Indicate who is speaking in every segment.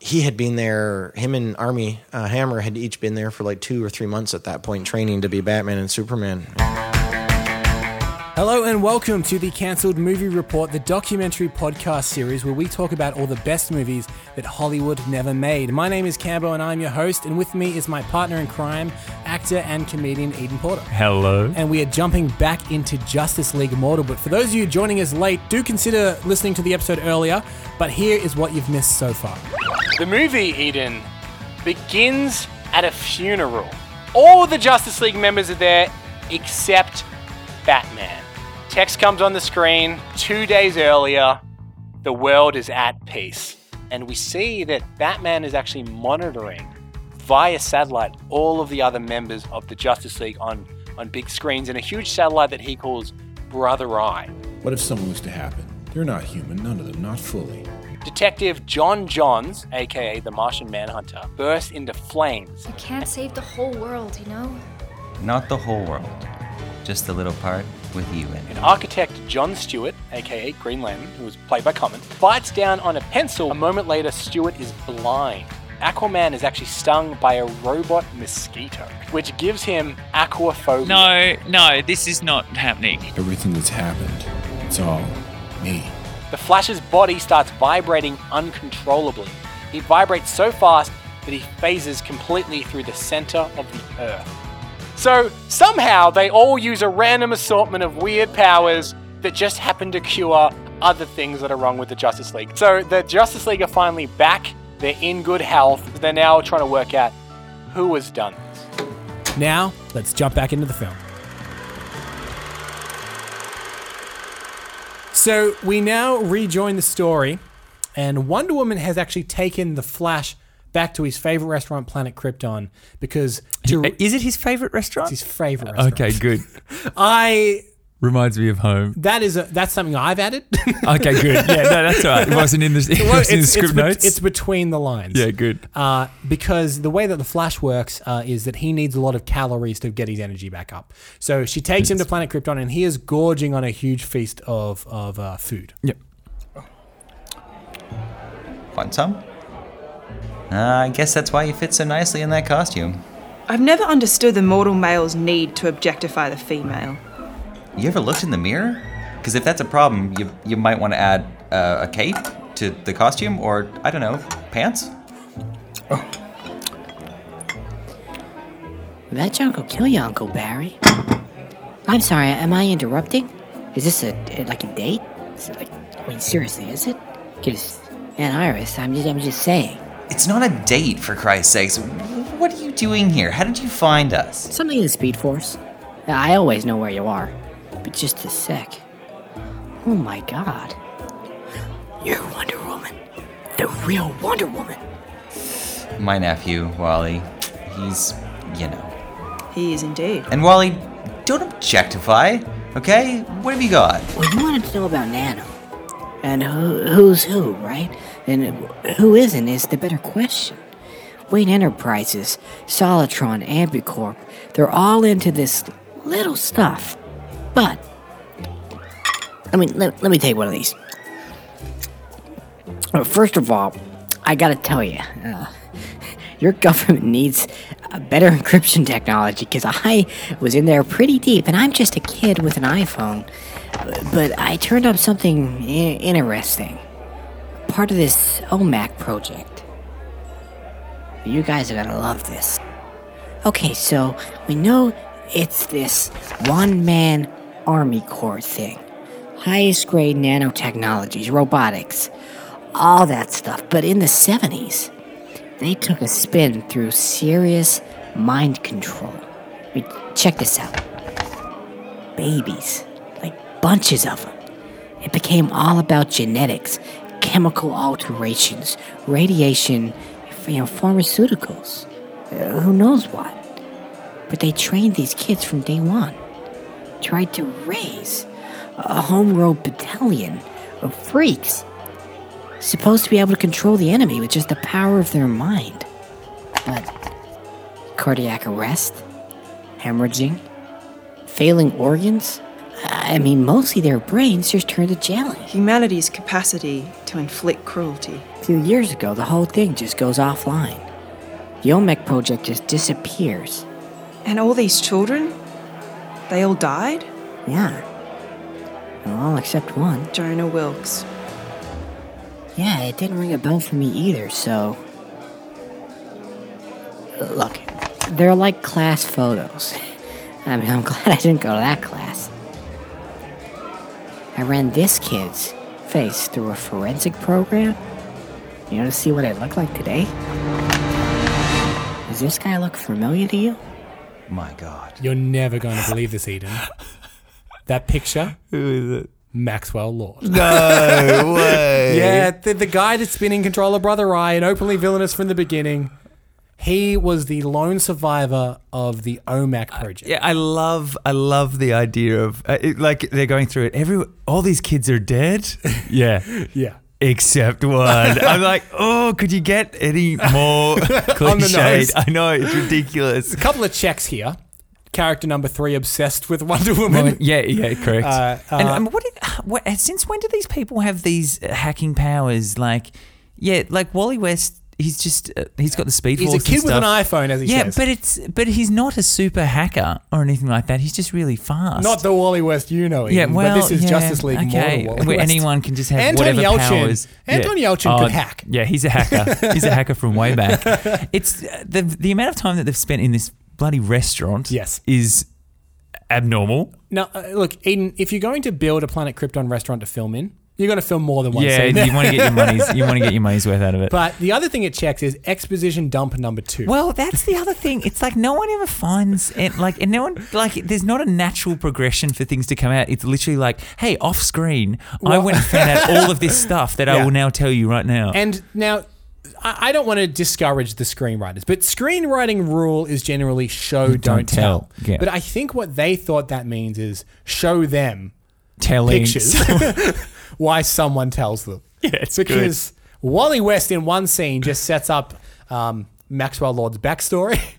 Speaker 1: he had been there. Him and Army uh, Hammer had each been there for like two or three months at that point, training to be Batman and Superman.
Speaker 2: Hello and welcome to the Cancelled Movie Report, the documentary podcast series where we talk about all the best movies that Hollywood never made. My name is Cambo and I'm your host, and with me is my partner in crime, actor and comedian Eden Porter.
Speaker 3: Hello.
Speaker 2: and we are jumping back into Justice League Mortal. But for those of you joining us late, do consider listening to the episode earlier. But here is what you've missed so far.
Speaker 4: The movie Eden begins at a funeral. All the Justice League members are there except Batman. Text comes on the screen two days earlier. The world is at peace. And we see that Batman is actually monitoring via satellite all of the other members of the Justice League on, on big screens in a huge satellite that he calls Brother Eye.
Speaker 5: What if something was to happen? They're not human, none of them, not fully.
Speaker 4: Detective John Johns, aka the Martian Manhunter, bursts into flames
Speaker 6: You can't save the whole world, you know?
Speaker 7: Not the whole world, just the little part with you in
Speaker 4: And
Speaker 7: it.
Speaker 4: architect John Stewart, aka Green Lantern, who was played by Common, bites down on a pencil. A moment later, Stewart is blind. Aquaman is actually stung by a robot mosquito, which gives him aquaphobia.
Speaker 3: No, no, this is not happening.
Speaker 5: Everything that's happened, it's all me.
Speaker 4: The Flash's body starts vibrating uncontrollably. He vibrates so fast that he phases completely through the center of the Earth. So somehow they all use a random assortment of weird powers that just happen to cure other things that are wrong with the Justice League. So the Justice League are finally back. They're in good health. They're now trying to work out who has done this.
Speaker 2: Now, let's jump back into the film. So we now rejoin the story, and Wonder Woman has actually taken the Flash back to his favorite restaurant, Planet Krypton, because to, it's
Speaker 3: Is it his favorite restaurant?
Speaker 2: his favorite restaurant.
Speaker 3: Okay, good.
Speaker 2: I
Speaker 3: Reminds me of home.
Speaker 2: that is a, that's something I've added.
Speaker 3: Okay, good. Yeah, no, that's all right. It wasn't in the, it
Speaker 2: Well,
Speaker 3: wasn't in the
Speaker 2: it's,
Speaker 3: script
Speaker 2: it's, bet-
Speaker 3: notes.
Speaker 2: it's between the lines.
Speaker 3: yeah, good.
Speaker 2: Uh, because the way that the Flash works uh, is that he needs a lot of calories to get his energy back up. So she takes him to Planet Krypton, and he is gorging on a huge feast of of uh, food.
Speaker 3: Yep.
Speaker 7: Want some? Uh, I guess that's why you fit so nicely in that costume.
Speaker 8: I've never understood the mortal male's need to objectify the female.
Speaker 7: You ever looked in the mirror? Because if that's a problem, you, you might want to add uh, a cape to the costume or, I don't know, pants?
Speaker 9: That junk will kill you, Uncle Barry. I'm sorry, am I interrupting? Is this a like a date? Is it like, I mean, seriously, is it? Because, man, Iris, I'm just, I'm just saying.
Speaker 7: It's not a date, for Christ's sakes. What are you doing here? How did you find us?
Speaker 9: Something in the Speed Force. I always know where you are, but just a sec. Oh my God, you're Wonder Woman, the real Wonder Woman.
Speaker 7: My nephew, Wally. He's, you know.
Speaker 8: He is indeed.
Speaker 7: And Wally, don't objectify, okay? What have you got?
Speaker 9: Well, you wanted to know about Nano, and who, who's who, right? And who isn't is the better question. Wayne Enterprises, Solitron, Ambicorp, they're all into this little stuff. But, I mean, let, let me take one of these. Uh, First of all, I gotta tell you, uh, your government needs a better encryption technology because I was in there pretty deep, and I'm just a kid with an iPhone. But I turned up something I- interesting. Part of this OMAC project. You guys are gonna love this. Okay, so we know it's this one man army corps thing. Highest grade nanotechnologies, robotics, all that stuff. But in the 70s, they took a spin through serious mind control. I mean, Check this out babies, like bunches of them. It became all about genetics, chemical alterations, radiation, you know, pharmaceuticals, uh, who knows what. But they trained these kids from day one. Tried to raise a homegrown battalion of freaks, supposed to be able to control the enemy with just the power of their mind. But cardiac arrest, hemorrhaging, failing organs, I mean, mostly their brains just turn to jelly.
Speaker 8: Humanity's capacity to inflict cruelty.
Speaker 9: A few years ago, the whole thing just goes offline. The Olmec project just disappears.
Speaker 8: And all these children? They all died?
Speaker 9: Yeah. Well, all except one.
Speaker 8: Jonah Wilkes.
Speaker 9: Yeah, it didn't ring a bell for me either, so. Look, they're like class photos. I mean, I'm glad I didn't go to that class. I ran this kid's face through a forensic program. You know, to see what I look like today? Does this guy look familiar to you?
Speaker 7: My God.
Speaker 2: You're never going to believe this, Eden. That picture,
Speaker 3: Who is it?
Speaker 2: Maxwell Lord.
Speaker 3: No way.
Speaker 2: Yeah, the, the guy that's been in control of Brother Ryan, openly villainous from the beginning. He was the lone survivor of the OMAC project.
Speaker 3: Uh, Yeah, I love, I love the idea of uh, it, like they're going through it. Every all these kids are dead. Yeah,
Speaker 2: Yeah.
Speaker 3: except one. I'm like, oh, could you get any more cliched?
Speaker 2: nose.
Speaker 3: I know it's ridiculous.
Speaker 2: A couple of checks here. Character number three obsessed with Wonder Woman.
Speaker 3: yeah, yeah, correct.
Speaker 2: Uh,
Speaker 3: and
Speaker 2: uh,
Speaker 3: um, what, did, what? Since when do these people have these uh, hacking powers? Like, yeah, like Wally West. He's just uh, he's got the speed
Speaker 2: He's a
Speaker 3: force and
Speaker 2: kid with an
Speaker 3: stuff.
Speaker 2: iPhone, as he
Speaker 3: Yeah,
Speaker 2: says.
Speaker 3: but it's but he's not a super hacker or anything like that. He's just really fast.
Speaker 2: Not the Wally West you know.
Speaker 3: yeah,
Speaker 2: Ian,
Speaker 3: well,
Speaker 2: but this is
Speaker 3: yeah,
Speaker 2: Justice League
Speaker 3: Okay,
Speaker 2: more than Wally
Speaker 3: where
Speaker 2: West.
Speaker 3: anyone can just have
Speaker 2: Anton
Speaker 3: whatever
Speaker 2: Yelchin.
Speaker 3: powers. Oh,
Speaker 2: Anton Yelchin could hack.
Speaker 3: Yeah, he's a hacker. he's a hacker from way back. It's uh, the the amount of time that they've spent in this bloody restaurant.
Speaker 2: Yes.
Speaker 3: is abnormal.
Speaker 2: Now, uh, look, Eden, if you're going to build a Planet Krypton restaurant to film in, you're going to film more than one
Speaker 3: Yeah,
Speaker 2: scene.
Speaker 3: you want to get your money's you want to get your money's worth out of it.
Speaker 2: But the other thing it checks is exposition dump number two.
Speaker 3: Well, that's the other thing. It's like no one ever finds it. Like, and no one like. There's not a natural progression for things to come out. It's literally like, hey, off screen, I went and found out all of this stuff that
Speaker 2: Yeah.
Speaker 3: I will now tell you right now.
Speaker 2: And now, I, I don't want to discourage the screenwriters, but screenwriting rule is generally show, don't, tell.
Speaker 3: tell. Yeah.
Speaker 2: But I think what they thought that means is show them
Speaker 3: telling
Speaker 2: pictures why someone tells them. Yeah,
Speaker 3: it's good.
Speaker 2: because Wally West in one scene just sets up um, Maxwell Lord's backstory.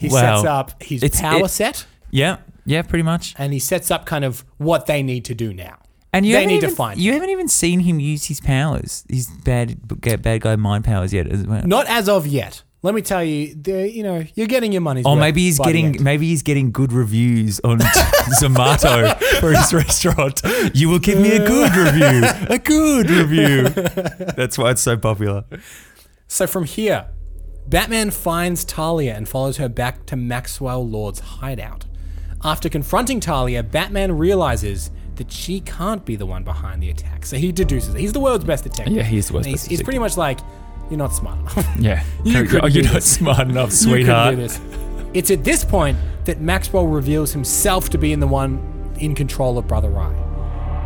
Speaker 2: He
Speaker 3: Wow.
Speaker 2: sets up his
Speaker 3: It's-
Speaker 2: power
Speaker 3: it-
Speaker 2: set,
Speaker 3: Yeah, yeah, pretty much.
Speaker 2: and he sets up kind of what they need to do now.
Speaker 3: And you
Speaker 2: they
Speaker 3: haven't
Speaker 2: need
Speaker 3: even,
Speaker 2: to find
Speaker 3: You haven't even seen him use his powers, his bad bad guy mind powers yet. As well.
Speaker 2: Not as of yet. Let me tell you, the, you know, you're getting your money's
Speaker 3: Or
Speaker 2: worth
Speaker 3: Oh, maybe he's
Speaker 2: by the
Speaker 3: getting
Speaker 2: end.
Speaker 3: maybe he's getting good reviews on Zomato for his restaurant. You will give me a good review, a good review. That's why it's so popular.
Speaker 2: So from here, Batman finds Talia and follows her back to Maxwell Lord's hideout. After confronting Talia, Batman realizes that she can't be the one behind the attack. So he deduces it. He's the world's best detective.
Speaker 3: Yeah, he's the world's
Speaker 2: And he's,
Speaker 3: best
Speaker 2: He's pretty much like, you're not smart enough.
Speaker 3: Yeah,
Speaker 2: You couldn't do
Speaker 3: you're not
Speaker 2: this.
Speaker 3: smart enough,
Speaker 2: You couldn't
Speaker 3: sweetheart.
Speaker 2: do this. It's at this point that Maxwell reveals himself to be in the one in control of Brother Rye.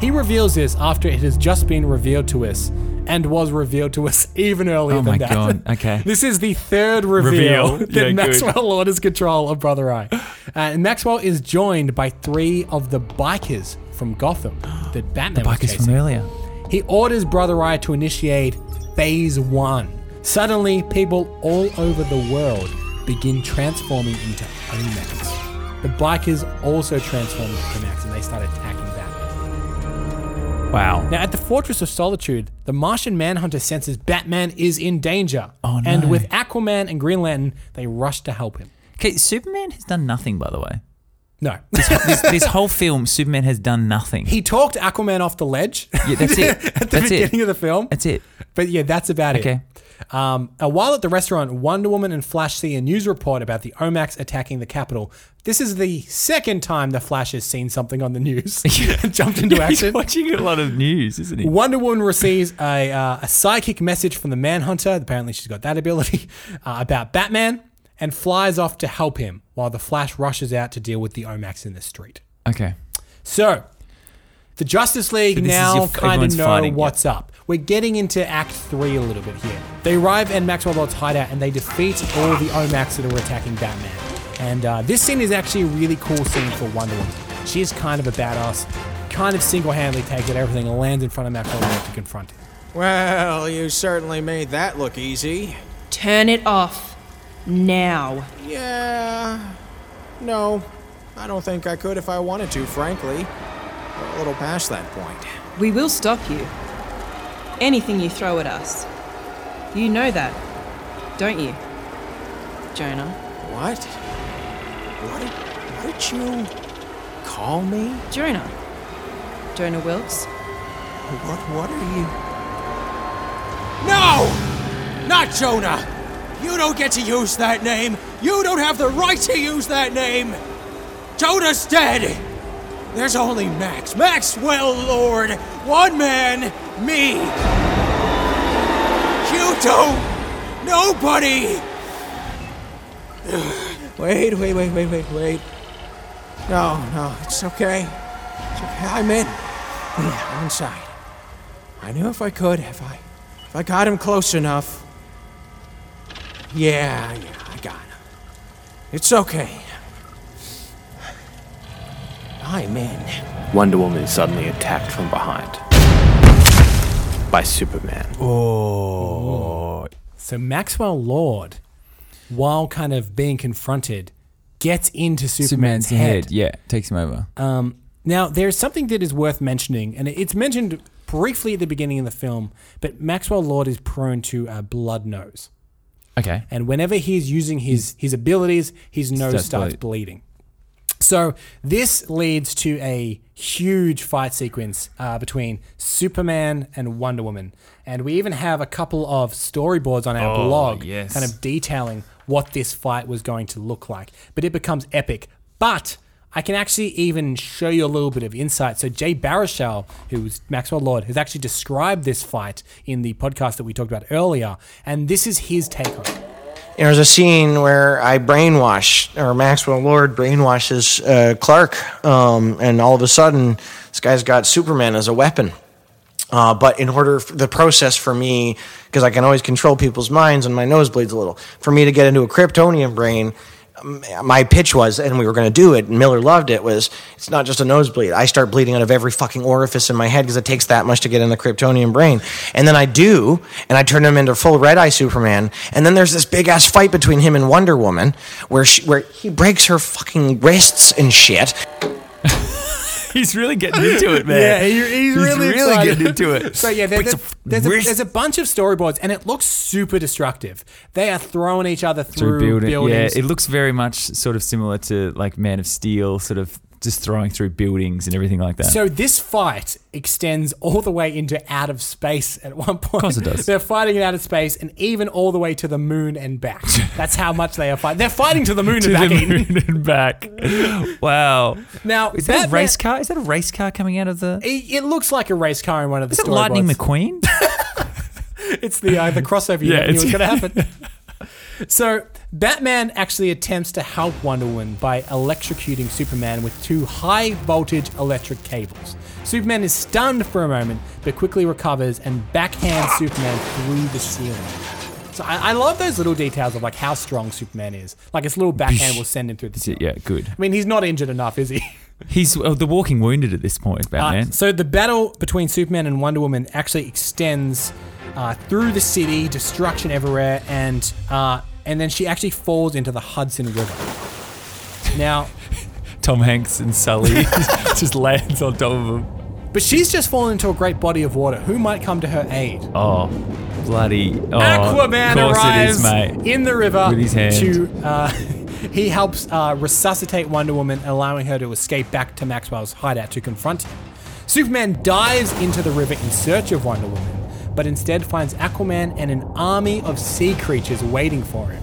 Speaker 2: He reveals this after it has just been revealed to us and was revealed to us even earlier
Speaker 3: Oh
Speaker 2: than
Speaker 3: my
Speaker 2: that.
Speaker 3: God, okay.
Speaker 2: this is the third reveal,
Speaker 3: Reveal.
Speaker 2: that
Speaker 3: Yeah, good.
Speaker 2: Maxwell Lord is control of Brother Rye. Uh, and Maxwell is joined by three of the bikers from Gotham that Batman was
Speaker 3: Bikers
Speaker 2: chasing.
Speaker 3: from earlier.
Speaker 2: He orders Brother Eye to initiate Phase 1. Suddenly, people all over the world begin transforming into Omeks. The bikers also transform into Omeks and they start attacking Batman.
Speaker 3: Wow.
Speaker 2: Now, at the Fortress of Solitude, the Martian Manhunter senses Batman is in danger.
Speaker 3: Oh, no.
Speaker 2: And with Aquaman and Green Lantern, they rush to help him.
Speaker 3: Okay, Superman has done nothing, by the way.
Speaker 2: No.
Speaker 3: This, this whole film, Superman has done nothing.
Speaker 2: he talked Aquaman off the ledge
Speaker 3: Yeah, that's it.
Speaker 2: at the
Speaker 3: that's
Speaker 2: beginning
Speaker 3: it.
Speaker 2: of the film.
Speaker 3: That's it.
Speaker 2: But yeah, that's about it.
Speaker 3: Okay.
Speaker 2: Um, uh, while at the restaurant, Wonder Woman and Flash see a news report about the Omax attacking the Capitol. This is the second time the Flash has seen something on the news and jumped into
Speaker 3: He's
Speaker 2: action.
Speaker 3: watching a lot of news, isn't he?
Speaker 2: Wonder Woman receives a, uh, a psychic message from the Manhunter. Apparently, she's got that ability uh, about Batman and flies off to help him while the Flash rushes out to deal with the Omax in the street.
Speaker 3: Okay.
Speaker 2: So, the Justice League
Speaker 3: So this is
Speaker 2: now
Speaker 3: your-
Speaker 2: kind of
Speaker 3: everyone's
Speaker 2: know
Speaker 3: fighting, yeah.
Speaker 2: what's up. We're getting into Act 3 a little bit here. They arrive at Maxwell Lord's hideout and they defeat all the Omax that are attacking Batman. And uh, this scene is actually a really cool scene for Wonder Woman. She's kind of a badass, kind of single handedly takes it everything and lands in front of Maxwell Lord to confront him.
Speaker 1: Well, you certainly made that look easy.
Speaker 8: Turn it off. Now.
Speaker 1: Yeah. No, I don't think I could if I wanted to, frankly. a little past that point.
Speaker 8: We will stop you. Anything you throw at us. You know that, don't you? Jonah.
Speaker 1: What? What did, what did you call me?
Speaker 8: Jonah. Jonah Wilkes.
Speaker 1: What? What are you? No! Not Jonah! You don't get to use that name. You don't have the right to use that name. Jonah's dead. There's only Max. Maxwell Lord. One man, me. You don't. Nobody. Wait, wait, wait, wait, wait, wait. No, no, it's okay. It's okay. I'm in. I'm inside. I knew if I could, if I, if I got him close enough. Yeah, yeah, I got him. It's okay. I'm in.
Speaker 10: Wonder Woman is suddenly attacked from behind by Superman.
Speaker 2: So Maxwell Lord, while kind of being confronted, gets into Superman's, head.
Speaker 3: Yeah, takes him over.
Speaker 2: Um, now, there's something that is worth mentioning, and it's mentioned briefly at the beginning of the film, but Maxwell Lord is prone to a blood nose.
Speaker 3: okay.
Speaker 2: And whenever he's using his, his abilities, his nose
Speaker 3: Starts
Speaker 2: starts
Speaker 3: bleed.
Speaker 2: bleeding. So this leads to a huge fight sequence uh, between Superman and Wonder Woman, and we even have a couple of storyboards on our blog,
Speaker 3: yes.
Speaker 2: kind of detailing what this fight was going to look like. But it becomes epic. But I can actually even show you a little bit of insight. So Jay Baruchel, who's Maxwell Lord, has actually described this fight in the podcast that we talked about earlier, and this is his take on it.
Speaker 1: There's a scene where I brainwash, or Maxwell Lord brainwashes uh, Clark, um, and all of a sudden, this guy's got Superman as a weapon. Uh, but in order, f the process for me, because I can always control people's minds and my nose bleeds a little, for me to get into a Kryptonian brain, um, my pitch was, and we were going to do it, and Miller loved it, was it's not just a nosebleed. I start bleeding out of every fucking orifice in my head because it takes that much to get in the Kryptonian brain. And then I do, and I turn him into full red eye Superman. And then there's this big ass fight between him and Wonder Woman where, she, where he breaks her fucking wrists and shit.
Speaker 3: He's really getting into it, man.
Speaker 2: Yeah, he- he's really excited.
Speaker 3: getting into it.
Speaker 2: So yeah, there,
Speaker 3: Breaks
Speaker 2: there-
Speaker 3: a f-
Speaker 2: there's, a,
Speaker 3: wrist.
Speaker 2: there's a bunch of storyboards, and it looks super destructive. They are throwing each other through,
Speaker 3: through building.
Speaker 2: buildings.
Speaker 3: Yeah, it looks very much sort of similar to like Man of Steel, sort of just throwing through buildings and everything like that.
Speaker 2: so this fight extends all the way into out of space at one point. Of
Speaker 3: course it does.
Speaker 2: They're fighting in outer space and even all the way to the moon and back. That's how much they are fighting. They're fighting to the moon
Speaker 3: to
Speaker 2: and back.
Speaker 3: the
Speaker 2: Eden.
Speaker 3: moon and back. Wow.
Speaker 2: Now,
Speaker 3: is that a
Speaker 2: Batman-
Speaker 3: race car? Is that a race car coming out of the?
Speaker 2: It, it looks like a race car in one of the
Speaker 3: Is it Lightning
Speaker 2: storyboards.
Speaker 3: McQueen?
Speaker 2: It's the uh, the crossover you
Speaker 3: Yeah,
Speaker 2: never knew was
Speaker 3: it's-
Speaker 2: going to happen. so Batman actually attempts to help Wonder Woman by electrocuting Superman with two high voltage electric cables. Superman is stunned for a moment, but quickly recovers and backhands Superman through the ceiling. So I, I love those little details of like how strong Superman is. Like his little backhand will send him through the ceiling.
Speaker 3: yeah, good.
Speaker 2: I mean, he's not injured enough, is he?
Speaker 3: He's oh, the walking wounded at this point,
Speaker 2: Uh,
Speaker 3: Batman.
Speaker 2: so the battle between Superman and Wonder Woman actually extends uh, through the city, destruction everywhere, and uh, and then she actually falls into the Hudson River. Now,
Speaker 3: Tom Hanks and Sully just lands on top of him.
Speaker 2: but she's just fallen into a great body of water. Who might come to her aid?
Speaker 3: Oh, bloody! Oh,
Speaker 2: Aquaman
Speaker 3: of course
Speaker 2: arrives
Speaker 3: it is, mate.
Speaker 2: in the river
Speaker 3: With his hand.
Speaker 2: to. Uh, he helps uh, resuscitate Wonder Woman, allowing her to escape back to Maxwell's hideout to confront him. Superman dives into the river in search of Wonder Woman, but instead finds Aquaman and an army of sea creatures waiting for him.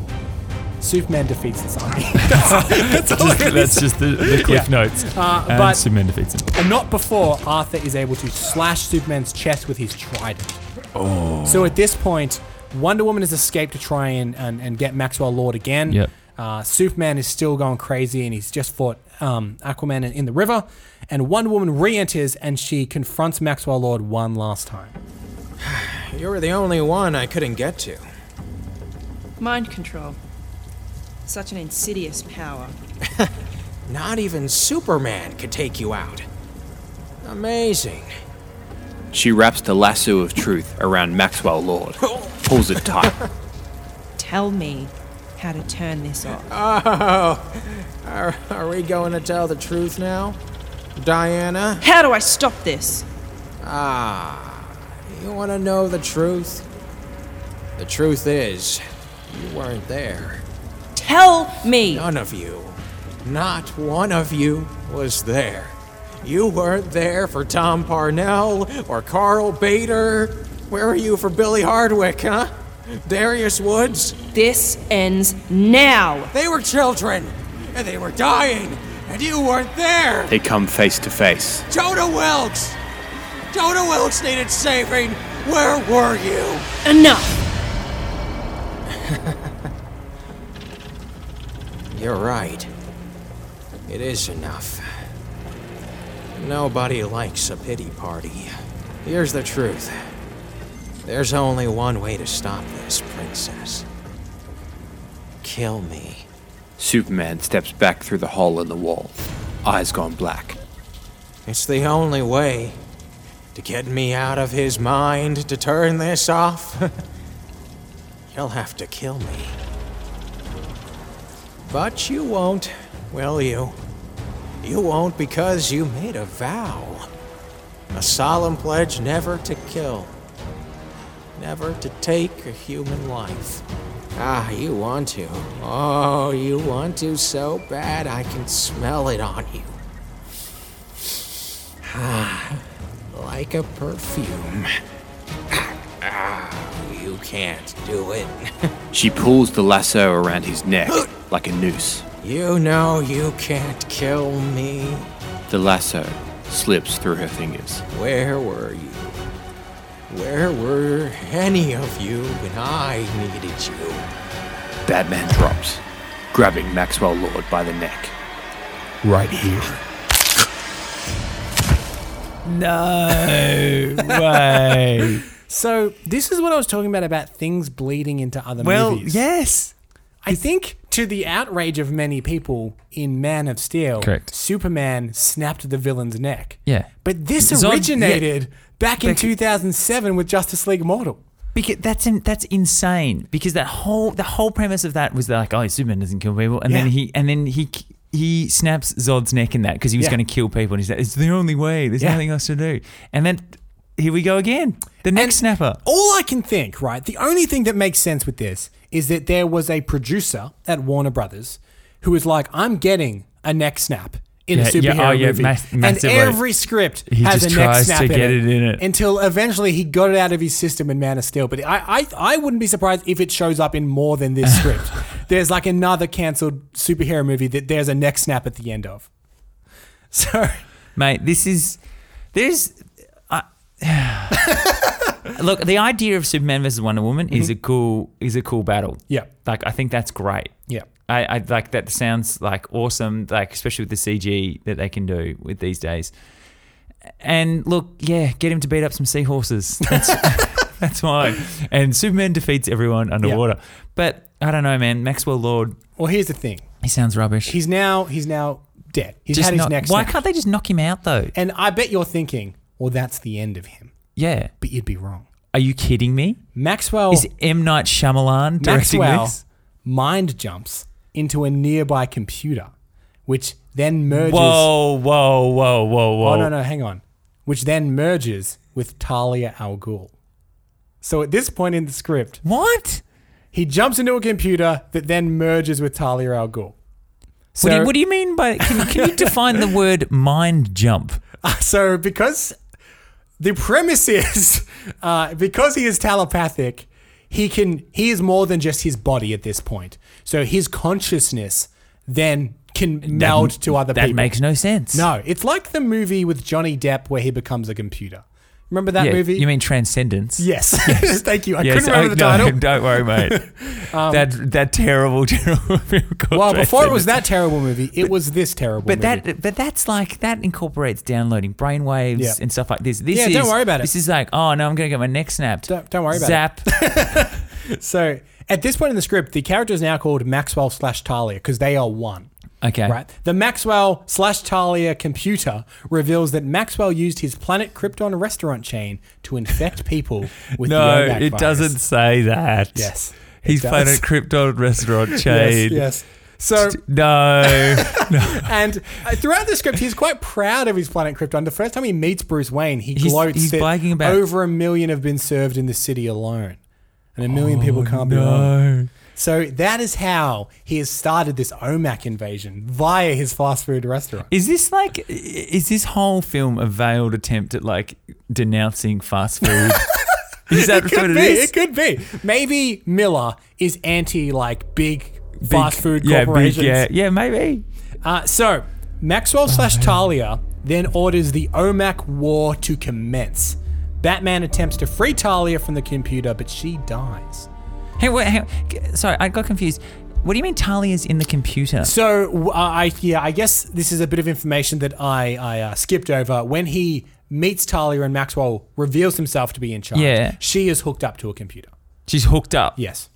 Speaker 2: Superman defeats this army. that's, that's all
Speaker 3: Just-
Speaker 2: it is.
Speaker 3: that's just the, the cliff
Speaker 2: Yeah.
Speaker 3: notes.
Speaker 2: Uh,
Speaker 3: and
Speaker 2: but-
Speaker 3: Superman defeats him.
Speaker 2: And not before Arthur is able to slash Superman's chest with his trident. Oh. So at this point, Wonder Woman has escaped to try and, and, and get Maxwell Lord again.
Speaker 3: Yep.
Speaker 2: Uh, Superman is still going crazy and he's just fought um, Aquaman in, in the river. And Wonder Woman re enters and she confronts Maxwell Lord one last time.
Speaker 1: You were the only one I couldn't get to.
Speaker 8: Mind control. Such an insidious power.
Speaker 1: Not even Superman could take you out. Amazing.
Speaker 10: She wraps the lasso of truth around Maxwell Lord, pulls it tight.
Speaker 8: Tell me how to turn this off.
Speaker 1: Oh, are, are we going to tell the truth now? Diana?
Speaker 8: How do I stop this?
Speaker 1: Ah, you want to know the truth? The truth is, you weren't there.
Speaker 8: Tell me!
Speaker 1: None of you, not one of you, was there. You weren't there for Tom Parnell or Carl Bader. Where were you for Billy Hardwick, huh? Darius Woods?
Speaker 8: This ends now!
Speaker 1: They were children, and they were dying, and you weren't there!
Speaker 5: They come face to face.
Speaker 1: Jonah Wilkes! Jonah Wilkes needed saving! Where were you?
Speaker 8: Enough!
Speaker 1: You're right. It is enough. Nobody likes a pity party. Here's the truth there's only one way to stop this, Princess. Kill me.
Speaker 5: Superman steps back through the hole in the wall, eyes gone black.
Speaker 1: It's the only way to get me out of his mind to turn this off. You'll have to kill me. But you won't, will you? You won't because you made a vow. A solemn pledge never to kill. Never to take a human life. Ah, you want to. Oh, you want to so bad I can smell it on you. Ah, like a perfume. Ah, you can't do it.
Speaker 5: She pulls the lasso around his neck like a noose.
Speaker 1: You know you can't kill me.
Speaker 5: The lasso slips through her fingers.
Speaker 1: Where were you? Where were any of you when I needed you?
Speaker 5: Batman drops, grabbing Maxwell Lord by the neck.
Speaker 11: Right here.
Speaker 3: No way.
Speaker 2: So this is what I was talking about about things bleeding into other
Speaker 3: Well,
Speaker 2: movies.
Speaker 3: yes.
Speaker 2: I think to the outrage of many people in Man of Steel,
Speaker 3: Correct.
Speaker 2: Superman snapped the villain's neck.
Speaker 3: Yeah.
Speaker 2: But this
Speaker 3: Zod-
Speaker 2: originated
Speaker 3: yeah.
Speaker 2: back in
Speaker 3: Back-
Speaker 2: 2007 with Justice League Mortal.
Speaker 3: Because that's in, that's insane. Because that whole the whole premise of that was that, like, oh, Superman doesn't kill people, and then
Speaker 2: Yeah.
Speaker 3: he and then he he snaps Zod's neck in that because he was
Speaker 2: Yeah.
Speaker 3: going to kill people, and he's like, it's the only way. There's
Speaker 2: Yeah.
Speaker 3: nothing else to do. And then here we go again. The neck snapper.
Speaker 2: All I can think, right, the only thing that makes sense with this is that there was a producer at Warner Brothers who was like, I'm getting a neck snap in a
Speaker 3: Yeah, yeah,
Speaker 2: superhero
Speaker 3: oh, yeah,
Speaker 2: movie.
Speaker 3: ma-
Speaker 2: and
Speaker 3: massively.
Speaker 2: every script
Speaker 3: He
Speaker 2: has
Speaker 3: just
Speaker 2: a neck
Speaker 3: tries
Speaker 2: snap
Speaker 3: to
Speaker 2: in,
Speaker 3: get
Speaker 2: it,
Speaker 3: it in it.
Speaker 2: Until eventually he got it out of his system in Man of Steel. But I, I, I wouldn't be surprised if it shows up in more than this script. There's like another cancelled superhero movie that there's a neck snap at the end of. So
Speaker 3: mate. This is there's. I Look, the idea of Superman versus Wonder Woman is a cool is a cool battle.
Speaker 2: Mm-hmm. Yeah.
Speaker 3: like I think that's great.
Speaker 2: Yeah.
Speaker 3: I, I like that sounds like awesome. Like especially with the CG that they can do with these days. And look, yeah, get him to beat up some seahorses. That's, that's why. And Superman defeats everyone underwater. But I don't know, man. Maxwell Lord,
Speaker 2: Well, here's the thing.
Speaker 3: he sounds rubbish.
Speaker 2: He's now he's now dead. He's
Speaker 3: Just
Speaker 2: had his
Speaker 3: not-
Speaker 2: neck
Speaker 3: Why
Speaker 2: snapped.
Speaker 3: can't they just knock him out though?
Speaker 2: And I bet you're thinking, well, that's the end of him.
Speaker 3: Yeah.
Speaker 2: But you'd be wrong.
Speaker 3: Are you kidding me?
Speaker 2: Maxwell
Speaker 3: Is M Night Shyamalan directing
Speaker 2: Maxwell
Speaker 3: this?
Speaker 2: mind jumps into a nearby computer, which then merges.
Speaker 3: Whoa, whoa, whoa, whoa, whoa!
Speaker 2: Oh no, no, hang on. Which then merges with Talia Al Ghul. So at this point in the script,
Speaker 3: What?
Speaker 2: he jumps into a computer that then merges with Talia Al Ghul.
Speaker 3: what, do
Speaker 2: So-
Speaker 3: you, what do you mean by? Can, can you define the word mind jump?
Speaker 2: so because the premise is uh, because he is telepathic he can he is more than just his body at this point so his consciousness then can meld to other
Speaker 3: that
Speaker 2: people
Speaker 3: makes no sense.
Speaker 2: no it's like the movie with johnny depp where he becomes a computer remember that
Speaker 3: Yeah,
Speaker 2: movie
Speaker 3: You mean transcendence?
Speaker 2: yes, thank you i
Speaker 3: Yes,
Speaker 2: couldn't remember
Speaker 3: oh,
Speaker 2: the
Speaker 3: no,
Speaker 2: title
Speaker 3: Don't worry, mate. that that terrible, terrible film called
Speaker 2: well before it was
Speaker 3: Transcendence.
Speaker 2: that terrible movie it was this terrible
Speaker 3: But
Speaker 2: movie.
Speaker 3: that, but that's like that incorporates downloading brainwaves
Speaker 2: Yeah.
Speaker 3: and stuff like this. This
Speaker 2: Yeah,
Speaker 3: is,
Speaker 2: don't worry about it.
Speaker 3: This is like, oh no, I'm gonna get my neck snapped.
Speaker 2: Don't- don't worry about it.
Speaker 3: Zap.
Speaker 2: so at this point in the script the character is now called maxwell slash talia because they are one
Speaker 3: Okay.
Speaker 2: Right. The Maxwell slash Talia computer reveals that Maxwell used his Planet Krypton restaurant chain to infect people with
Speaker 3: no,
Speaker 2: the Ovac
Speaker 3: it
Speaker 2: virus.
Speaker 3: doesn't say that.
Speaker 2: Yes, it
Speaker 3: He's
Speaker 2: does.
Speaker 3: playing a Krypton restaurant
Speaker 2: Yes,
Speaker 3: chain.
Speaker 2: yes. So
Speaker 3: no,
Speaker 2: and uh, throughout the script, he's quite proud of his planet Krypton. The first time he meets Bruce Wayne, he
Speaker 3: He's-
Speaker 2: gloats
Speaker 3: he's
Speaker 2: that
Speaker 3: bragging about-
Speaker 2: over a million have been served in the city alone, and a million people can't be
Speaker 3: Oh, no.
Speaker 2: wrong. So that is how he has started this OMAC invasion via his fast food restaurant.
Speaker 3: Is this like i- is this whole film a veiled attempt at like denouncing fast food? is that
Speaker 2: it
Speaker 3: what
Speaker 2: could
Speaker 3: it
Speaker 2: be.
Speaker 3: is?
Speaker 2: It could be. Maybe Miller is anti like big,
Speaker 3: Big-
Speaker 2: fast food
Speaker 3: yeah, big,
Speaker 2: corporations.
Speaker 3: yeah, Oh, yeah, maybe.
Speaker 2: Uh, so Maxwell slash Talia then orders the OMAC war to commence. Batman attempts to free Talia from the computer, but she dies.
Speaker 3: Hey, wait, hang on. sorry, I got confused. What do you mean Talia's in the computer?
Speaker 2: So w- uh, I yeah, I guess this is a bit of information that I I uh, skipped over when he meets Talia and Maxwell reveals himself to be in charge.
Speaker 3: Yeah.
Speaker 2: she is hooked up to a computer.
Speaker 3: She's hooked up.
Speaker 2: Yes.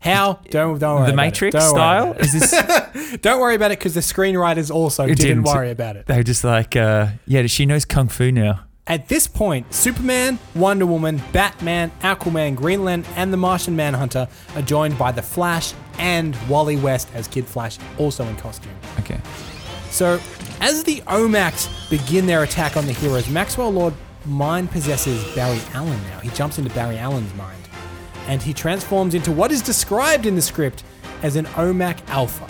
Speaker 2: How? Don't don't worry.
Speaker 3: The
Speaker 2: about
Speaker 3: Matrix
Speaker 2: it. Don't worry
Speaker 3: style?
Speaker 2: about it.
Speaker 3: Is
Speaker 2: don't worry about it because the screenwriters also
Speaker 3: It
Speaker 2: didn't, worry about it.
Speaker 3: They're just like, uh, yeah, she knows kung fu now.
Speaker 2: At this point, Superman, Wonder Woman, Batman, Aquaman, Green Lantern, and the Martian Manhunter are joined by the Flash and Wally West as Kid Flash, also in costume.
Speaker 3: Okay.
Speaker 2: So, as the Omax begin their attack on the heroes, Maxwell Lord mind possesses Barry Allen now. He jumps into Barry Allen's mind and he transforms into what is described in the script as an Omac Alpha.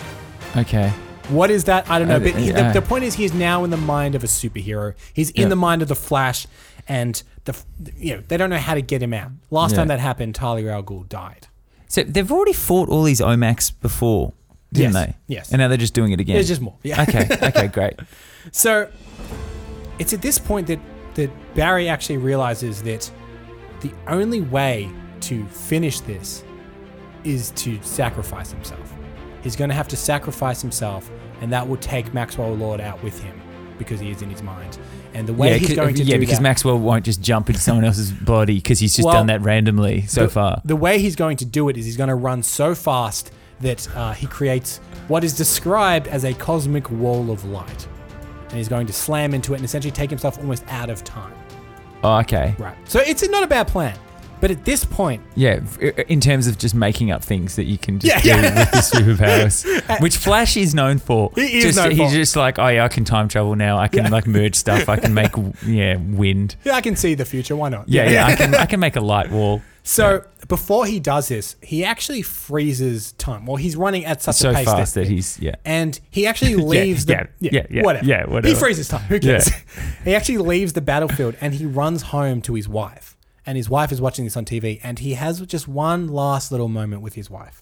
Speaker 3: Okay.
Speaker 2: What is that? I don't know.
Speaker 3: Uh,
Speaker 2: But he,
Speaker 3: yeah.
Speaker 2: the, the point is, he is now in the mind of a superhero. He's in
Speaker 3: Yeah.
Speaker 2: the mind of the Flash, and the f- you know they don't know how to get him out. Last
Speaker 3: Yeah.
Speaker 2: time that happened, Talia al Ghul died.
Speaker 3: So they've already fought all these Omacs before, didn't
Speaker 2: Yes,
Speaker 3: they?
Speaker 2: yes.
Speaker 3: And now they're just doing it again.
Speaker 2: There's just more, yeah.
Speaker 3: Okay. Okay. Great.
Speaker 2: So it's at this point that that Barry actually realizes that the only way to finish this is to sacrifice himself. He's going to have to sacrifice himself, and that will take Maxwell Lord out with him because he is in his mind. And the way
Speaker 3: yeah.
Speaker 2: he's
Speaker 3: 'cause-
Speaker 2: going to
Speaker 3: yeah.
Speaker 2: do
Speaker 3: because
Speaker 2: that,
Speaker 3: Maxwell won't just jump into someone else's body because he's just
Speaker 2: Well,
Speaker 3: done that randomly so
Speaker 2: the,
Speaker 3: far.
Speaker 2: The way he's going to do it is he's going to run so fast that uh, he creates what is described as a cosmic wall of light. And he's going to slam into it and essentially take himself almost out of time.
Speaker 3: Oh, okay.
Speaker 2: Right. So it's not a bad plan. But at this point,
Speaker 3: Yeah, f- in terms of just making up things that you can just
Speaker 2: Yeah,
Speaker 3: do
Speaker 2: yeah.
Speaker 3: with the superpowers, which Flash is known for.
Speaker 2: He is
Speaker 3: just,
Speaker 2: known
Speaker 3: he's
Speaker 2: for.
Speaker 3: just like, oh yeah, I can time travel now. I can like merge stuff. I can make yeah wind.
Speaker 2: yeah, I can see the future. Why not?
Speaker 3: Yeah, yeah, I can I can make a light wall.
Speaker 2: So before he does this, he actually freezes time. Well, he's running at such
Speaker 3: so
Speaker 2: a pace
Speaker 3: fast that he's yeah.
Speaker 2: and he actually leaves
Speaker 3: yeah,
Speaker 2: the
Speaker 3: yeah, yeah,
Speaker 2: whatever.
Speaker 3: yeah, whatever.
Speaker 2: He freezes time. Who
Speaker 3: Yeah.
Speaker 2: cares? he actually leaves the battlefield and he runs home to his wife. And his wife is watching this on TV, and he has just one last little moment with his wife.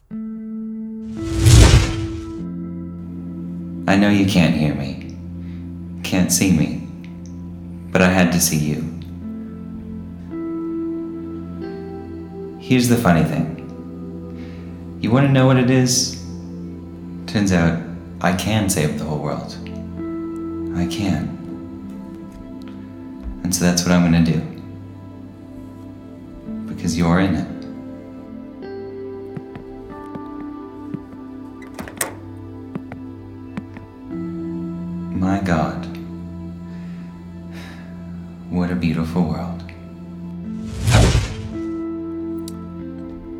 Speaker 7: I know you can't hear me, can't see me, but I had to see you. Here's the funny thing you want to know what it is? Turns out I can save the whole world. I can. And so that's what I'm going to do. Because you're in it. My God. What a beautiful world.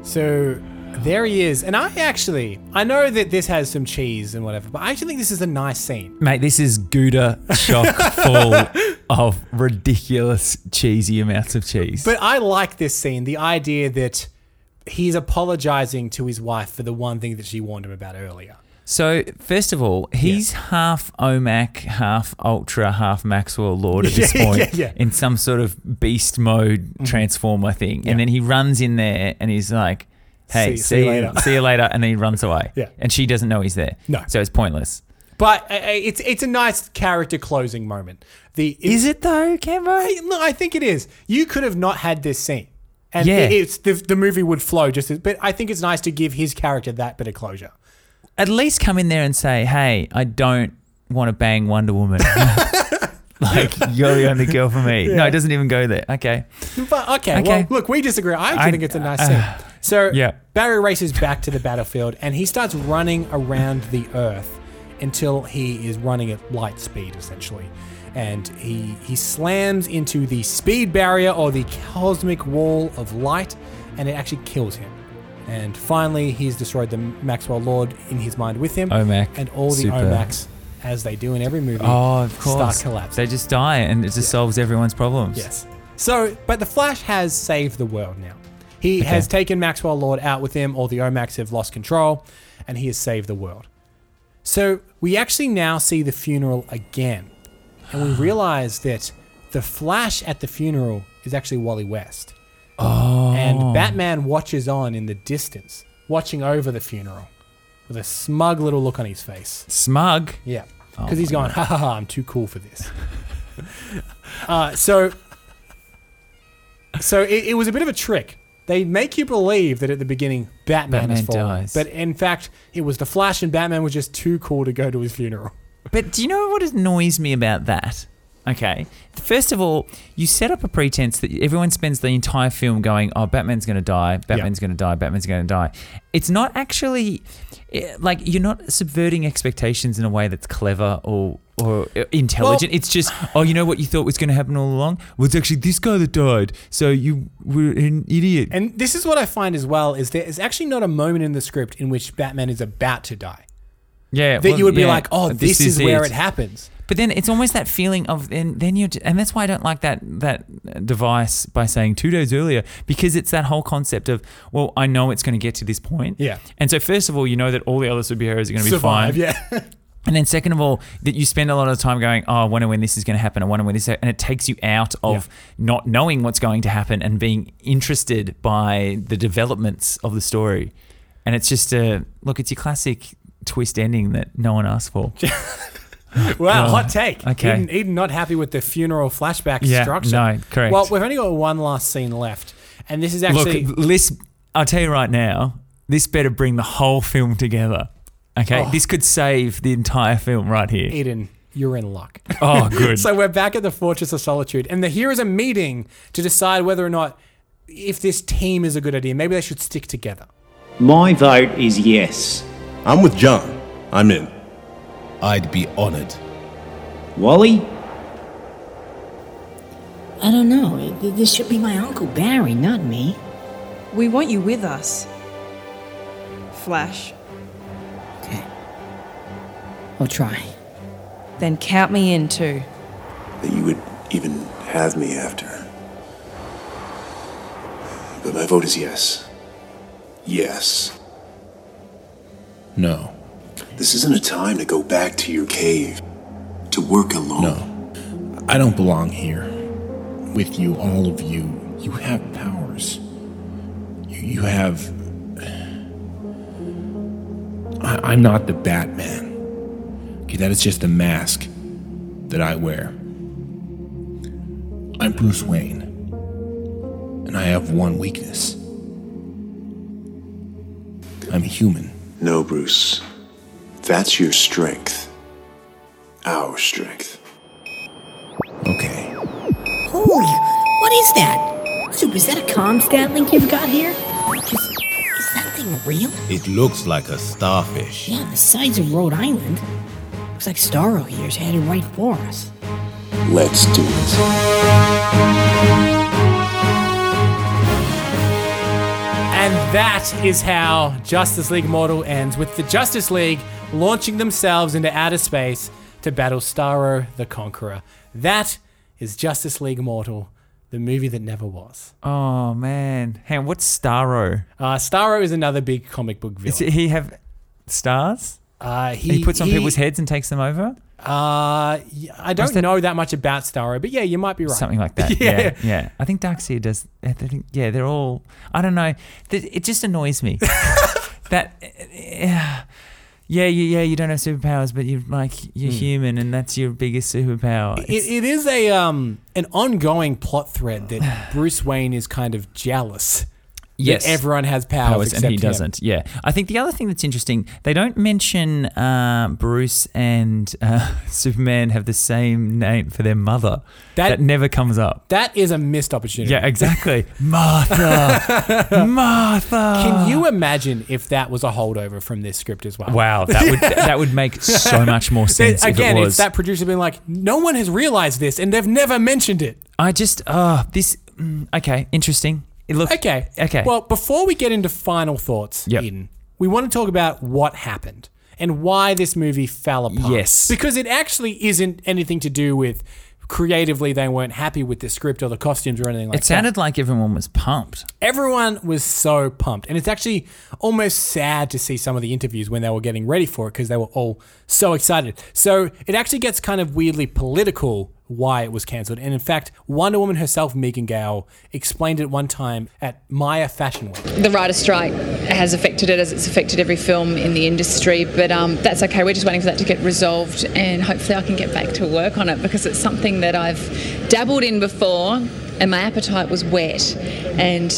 Speaker 2: So there he is. And I actually, I know that this has some cheese and whatever, but I actually think this is a nice scene.
Speaker 3: Mate, this is Gouda chock full of ridiculous cheesy amounts of cheese.
Speaker 2: But I like this scene the idea that he's apologizing to his wife for the one thing that she warned him about earlier.
Speaker 3: So first of all, he's half OMAC, half Ultra, half Maxwell Lord at this
Speaker 2: Yeah,
Speaker 3: point
Speaker 2: yeah, yeah. Mm-hmm.
Speaker 3: in some sort of beast mode transformer thing, and then he runs in there and he's like, "Hey, see,
Speaker 2: See- see you
Speaker 3: you
Speaker 2: later."
Speaker 3: see you later," and then he runs away.
Speaker 2: Yeah.
Speaker 3: and she doesn't know he's there.
Speaker 2: No.
Speaker 3: so it's pointless.
Speaker 2: But uh, uh, it's it's a nice character closing moment. The
Speaker 3: Is it though, Cambo?
Speaker 2: I, no, I think it is. You could have not had this scene, and
Speaker 3: Yeah.
Speaker 2: it- it's the, the movie would flow just. As, but I think it's nice to give his character that bit of closure.
Speaker 3: At least come in there and say, "Hey, I don't want to bang Wonder Woman." like you're the only girl for me. No, it doesn't even go there. Okay.
Speaker 2: But okay, well,
Speaker 3: Okay.
Speaker 2: look, we disagree. I actually
Speaker 3: I-
Speaker 2: think it's a nice
Speaker 3: uh,
Speaker 2: scene. So
Speaker 3: yeah.
Speaker 2: Barry races back to the battlefield, and he starts running around the Earth until he is running at light speed, essentially. And he he slams into the speed barrier or the cosmic wall of light, and it actually kills him. And finally, he's destroyed the Maxwell Lord in his mind with him.
Speaker 3: OMAC,
Speaker 2: And all the
Speaker 3: super.
Speaker 2: OMACs, as they do in every movie,
Speaker 3: Oh, of course.
Speaker 2: start collapsing.
Speaker 3: They just die and it just solves everyone's problems.
Speaker 2: Yes. So, but the Flash has saved the world now. He
Speaker 3: Okay.
Speaker 2: has taken Maxwell Lord out with him, or the OMAX have lost control, and he has saved the world. So we actually now see the funeral again, and we realize that the Flash at the funeral is actually Wally West.
Speaker 3: Oh.
Speaker 2: And Batman watches on in the distance, watching over the funeral with a smug little look on his face.
Speaker 3: Smug?
Speaker 2: Yeah.
Speaker 3: Oh
Speaker 2: Because he's
Speaker 3: my
Speaker 2: going, ha ha ha, I'm too cool for this. uh, so so it, it was a bit of a trick. They make you believe that at the beginning Batman, has
Speaker 3: Batman
Speaker 2: fallen.
Speaker 3: dies.
Speaker 2: But in fact, it was the Flash and Batman was just too cool to go to his funeral.
Speaker 3: But do you know what annoys me about that? Okay. First of all, you set up a pretense that everyone spends the entire film going, "Oh, Batman's going to die. Batman's going to die. Batman's going to die." It's not actually eh, like you're not subverting expectations in a way that's clever or or eh, intelligent. it's just, "Oh, you know what you thought was going to happen all along? Well, it's actually this guy that died. So you were an idiot."
Speaker 2: And this is what I find as well is there is actually not a moment in the script in which Batman is about to die.
Speaker 3: yeah,
Speaker 2: that
Speaker 3: well,
Speaker 2: you would be
Speaker 3: yeah,
Speaker 2: like, oh, this, is, where it happens.
Speaker 3: But then it's almost that feeling of then then you and that's why I don't like that that device by saying two days earlier because it's that whole concept of well I know it's going to get to this point
Speaker 2: Yeah.
Speaker 3: and so first of all you know that all the other superheroes are going to be
Speaker 2: Survive,
Speaker 3: fine
Speaker 2: yeah.
Speaker 3: and then second of all that you spend a lot of time going oh I wonder when this is going to happen I wonder when this and it takes you out of not knowing what's going to happen and being interested by the developments of the story and it's just a look it's your classic twist ending that no one asked for.
Speaker 2: Wow,
Speaker 3: Oh,
Speaker 2: hot take.
Speaker 3: okay.
Speaker 2: Eden, Eden not happy with the funeral flashback
Speaker 3: Yeah,
Speaker 2: structure.
Speaker 3: no, correct.
Speaker 2: Well, we've only got one last scene left, and this is actually
Speaker 3: Look, this, I'll tell you right now, this better bring the whole film together. Okay,
Speaker 2: Oh.
Speaker 3: this could save the entire film right here.
Speaker 2: Eden. You're in luck.
Speaker 3: Oh, good.
Speaker 2: so we're back at the Fortress of Solitude, and the, here is a meeting to decide whether or not if this team is a good idea. Maybe they should stick together.
Speaker 12: My vote is yes. I'm with John. I'm in. I'd be honored. Wally?
Speaker 9: I don't know. Th- This should be my Uncle Barry, not me.
Speaker 8: We want you with us. Flash,
Speaker 9: I'll try.
Speaker 8: then count me in too.
Speaker 13: that you would even have me after. But my vote is yes. Yes.
Speaker 5: No,
Speaker 13: This isn't a time to go back to your cave, to work alone.
Speaker 5: no. I don't belong here. With you, all of you, you have powers. You, you have. I, I'm not the Batman. Okay, that is just a mask that I wear. I'm Bruce Wayne, and I have one weakness I'm human.
Speaker 13: No, Bruce. That's your strength. Our strength.
Speaker 5: Okay.
Speaker 9: Holy, what is that? Soup, is that a comm stat link you've got here? Is, is that thing real?
Speaker 14: It looks like a starfish.
Speaker 9: Yeah, the sides of Rhode Island. Looks like Starro here's headed right for us.
Speaker 13: Let's do it.
Speaker 2: And that is how Justice League Mortal ends, with the Justice League launching themselves into outer space to battle Starro the Conqueror. That is Justice League Mortal, the movie that never was.
Speaker 3: oh, man. Hang on, what's Starro?
Speaker 2: Uh, Starro is another big comic book villain.
Speaker 3: Does he have stars?
Speaker 2: Uh,
Speaker 3: he,
Speaker 2: Oh. he-
Speaker 3: puts on
Speaker 2: he-
Speaker 3: people's heads and takes them over?
Speaker 2: Uh, y- I don't know that much about Starro, but yeah, you might be right.
Speaker 3: Something like that.
Speaker 2: Yeah.
Speaker 3: yeah. yeah. I think Darkseid does. I think, yeah, they're all. I don't know. Th- It just annoys me. that. Yeah. Yeah, you, yeah, you don't have superpowers, but you're like you're
Speaker 2: Hmm.
Speaker 3: human, and that's your biggest superpower. It's-
Speaker 2: It, it is a um an ongoing plot thread that Bruce Wayne is kind of jealous.
Speaker 3: Yes.
Speaker 2: that everyone has powers,
Speaker 3: and
Speaker 2: except
Speaker 3: he
Speaker 2: him.
Speaker 3: doesn't. Yeah, I think the other thing that's interesting, they don't mention uh, Bruce and uh, Superman have the same name for their mother.
Speaker 2: That-
Speaker 3: That, never comes up.
Speaker 2: That is a missed opportunity.
Speaker 3: Yeah, exactly. Martha, Martha.
Speaker 2: Can you imagine if that was a holdover from this script as well?
Speaker 3: Ah. Wow, that would that would make so much more sense. if
Speaker 2: Again,
Speaker 3: it was.
Speaker 2: it's that producer being like, no one has realized this, and they've never mentioned it.
Speaker 3: I just uh this mm, oh, okay, interesting. Look,
Speaker 2: okay.
Speaker 3: okay.
Speaker 2: Well, before we get into final thoughts,
Speaker 3: Yep.
Speaker 2: Eden, we want to talk about what happened and why this movie fell apart.
Speaker 3: Yes.
Speaker 2: Because it actually isn't anything to do with creatively they weren't happy with the script or the costumes or anything like
Speaker 3: it
Speaker 2: that.
Speaker 3: sounded like everyone was pumped.
Speaker 2: Everyone was so pumped. And it's actually almost sad to see some of the interviews when they were getting ready for it because they were all so excited. So it actually gets kind of weirdly political why it was cancelled. And in fact, Wonder Woman herself, Megan Gale, explained it one time at Maya Fashion Week.
Speaker 8: The writer strike has affected it as it's affected every film in the industry, but um, that's okay. We're just waiting for that to get resolved, and hopefully, I can get back to work on it because it's something that I've dabbled in before, and my appetite was wet, and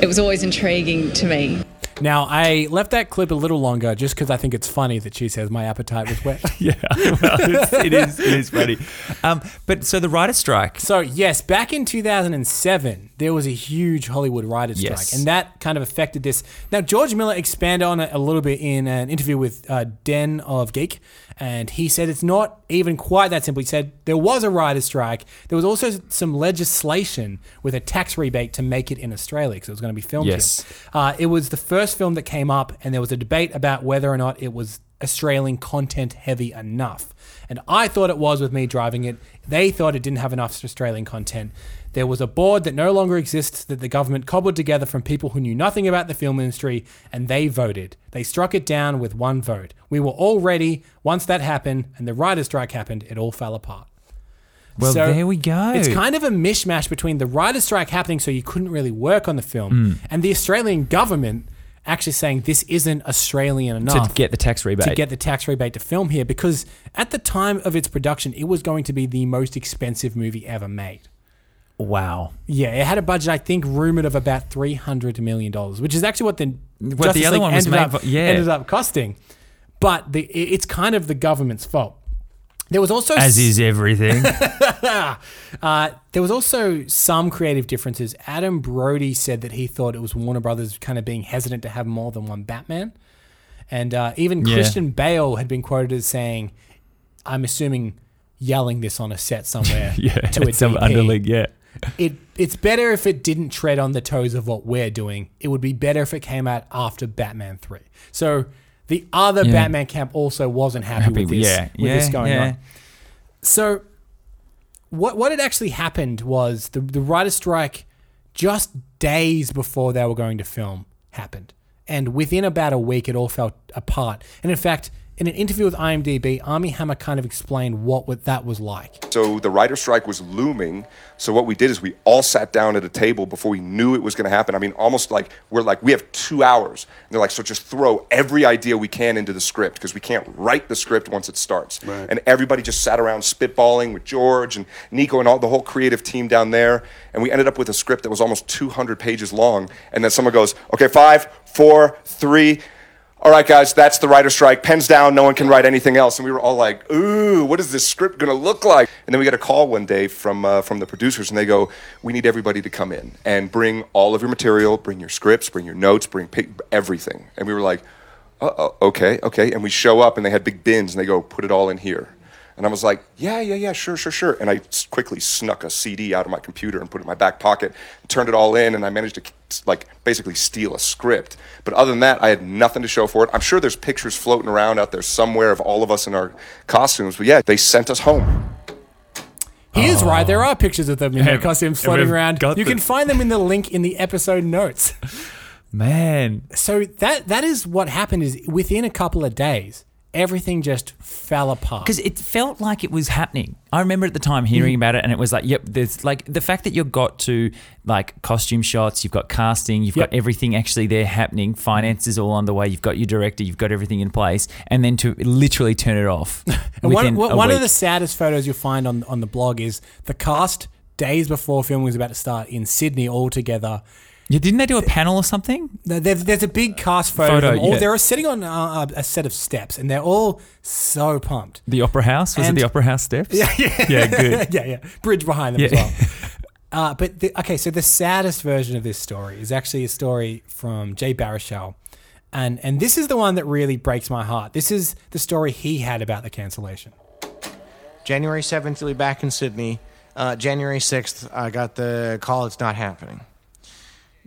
Speaker 8: it was always intriguing to me.
Speaker 2: Now, I left that clip a little longer just because I think it's funny that she says, My appetite was wet.
Speaker 3: yeah, well, it's, it is. It is funny. Um, but so the writer strike.
Speaker 2: So yes, back in 2007, there was a huge Hollywood writers' strike,
Speaker 3: Yes.
Speaker 2: and that kind of affected this. Now, George Miller expanded on it a little bit in an interview with uh, Den of Geek, and he said it's not even quite that simple. He said there was a writers' strike. There was also some legislation with a tax rebate to make it in Australia because it was going to be filmed
Speaker 3: Yes.
Speaker 2: here. Uh, it was the first film that came up, and there was a debate about whether or not it was Australian content heavy enough. And I thought it was with me driving it. They thought it didn't have enough Australian content. There was a board that no longer exists that the government cobbled together from people who knew nothing about the film industry, and they voted. They struck it down with one vote. We were all ready. Once that happened and the writer's strike happened, it all fell apart.
Speaker 3: Well, there we go.
Speaker 2: It's kind of a mishmash between the writer's strike happening, so you couldn't really work on the film,
Speaker 3: Mm.
Speaker 2: and the Australian government actually saying this isn't Australian enough
Speaker 3: to get the tax rebate.
Speaker 2: to get the tax rebate to film here because at the time of its production, it was going to be the most expensive movie ever made.
Speaker 3: wow.
Speaker 2: Yeah, it had a budget, I think, rumored of about three hundred million dollars, which is actually what the Justice
Speaker 3: the other
Speaker 2: League
Speaker 3: one was
Speaker 2: ended
Speaker 3: made
Speaker 2: up,
Speaker 3: for- yeah.
Speaker 2: ended up costing. But the, it- it's kind of the government's fault. There was also
Speaker 3: As is everything.
Speaker 2: uh, there was also some creative differences. Adam Brody said that he thought it was Warner Brothers kind of being hesitant to have more than one Batman, and uh, even
Speaker 3: Yeah.
Speaker 2: Christian Bale had been quoted as saying, "I'm assuming yelling this on a set somewhere
Speaker 3: yeah.
Speaker 2: to a
Speaker 3: it's some
Speaker 2: DP.
Speaker 3: underling. Yeah.
Speaker 2: It it's better if it didn't tread on the toes of what we're doing. It would be better if it came out after Batman Three. So." The other
Speaker 3: Yeah.
Speaker 2: Batman camp also wasn't happy,
Speaker 3: Happy
Speaker 2: with
Speaker 3: with-
Speaker 2: this,
Speaker 3: yeah,
Speaker 2: with this
Speaker 3: yeah,
Speaker 2: going
Speaker 3: yeah.
Speaker 2: on. So what what had actually happened was the the writer's strike just days before they were going to film happened. And within about a week it all fell apart. And in fact, in an interview with IMDb, Army Hammer kind of explained what would- that was like.
Speaker 9: So the writer strike was looming. So what we did is we all sat down at a table before we knew it was going to happen. I mean, almost like we're like we have two hours. And they're like, so just throw every idea we can into the script because we can't write the script once it starts. And everybody just sat around spitballing with George and Nico and all the whole creative team down there. And we ended up with a script that was almost 200 pages long. And then someone goes, okay, five, four, three. All right, guys, that's the writer strike. Pens down, no one can write anything else. And we were all like, ooh, what is this script going to look like? And then we got a call one day from, uh, from the producers, and they go, we need everybody to come in and bring all of your material, bring your scripts, bring your notes, bring pic- everything. And we were like, oh, okay, okay. And we show up, and they had big bins, and they go, put it all in here. And I was like, yeah, yeah, yeah, sure, sure, sure. And I s- quickly snuck a CD out of my computer and put it in my back pocket, turned it all in, and I managed to like basically steal a script. But other than that, I had nothing to show for it. I'm sure there's pictures floating around out there somewhere of all of us in our costumes. But yeah, they sent us home.
Speaker 2: He is right. There are pictures of them in their
Speaker 3: Yeah,
Speaker 2: costumes
Speaker 3: and
Speaker 2: floating
Speaker 3: we've
Speaker 2: around. You
Speaker 3: got
Speaker 2: can
Speaker 3: them.
Speaker 2: find them in the link in the episode notes.
Speaker 3: Man.
Speaker 2: So that that is what happened is within a couple of days, everything just fell apart.
Speaker 3: Because it felt like it was happening. I remember at the time hearing
Speaker 2: Mhm.
Speaker 3: about it, and it was like, yep, there's like the fact that you've got to like costume shots, you've got casting, you've got everything actually there happening, finances all underway, you've got your director, you've got everything in place, and then to literally turn it off.
Speaker 2: And one,
Speaker 3: within
Speaker 2: one,
Speaker 3: a
Speaker 2: one of
Speaker 3: week.
Speaker 2: the saddest photos you'll find on, on the blog is the cast days before filming was about to start in Sydney all together.
Speaker 3: Yeah, didn't they do a panel or something?
Speaker 2: There's, there's a big cast photo. of
Speaker 3: Photo,
Speaker 2: them all.
Speaker 3: yeah.
Speaker 2: They're sitting on uh, a set of steps and they're all so pumped.
Speaker 3: The Opera House? Was
Speaker 2: And-
Speaker 3: it the Opera House steps?
Speaker 2: Yeah, yeah,
Speaker 3: Yeah, good.
Speaker 2: yeah, yeah. Bridge behind them as
Speaker 3: Yeah.
Speaker 2: well. Uh, but the, okay, so the saddest version of this story is actually a story from Jay Baruchel, and and this is the one that really breaks my heart. This is the story he had about the cancellation.
Speaker 1: January 7th, you'll be back in Sydney. Uh, January 6th, I got the call it's not happening.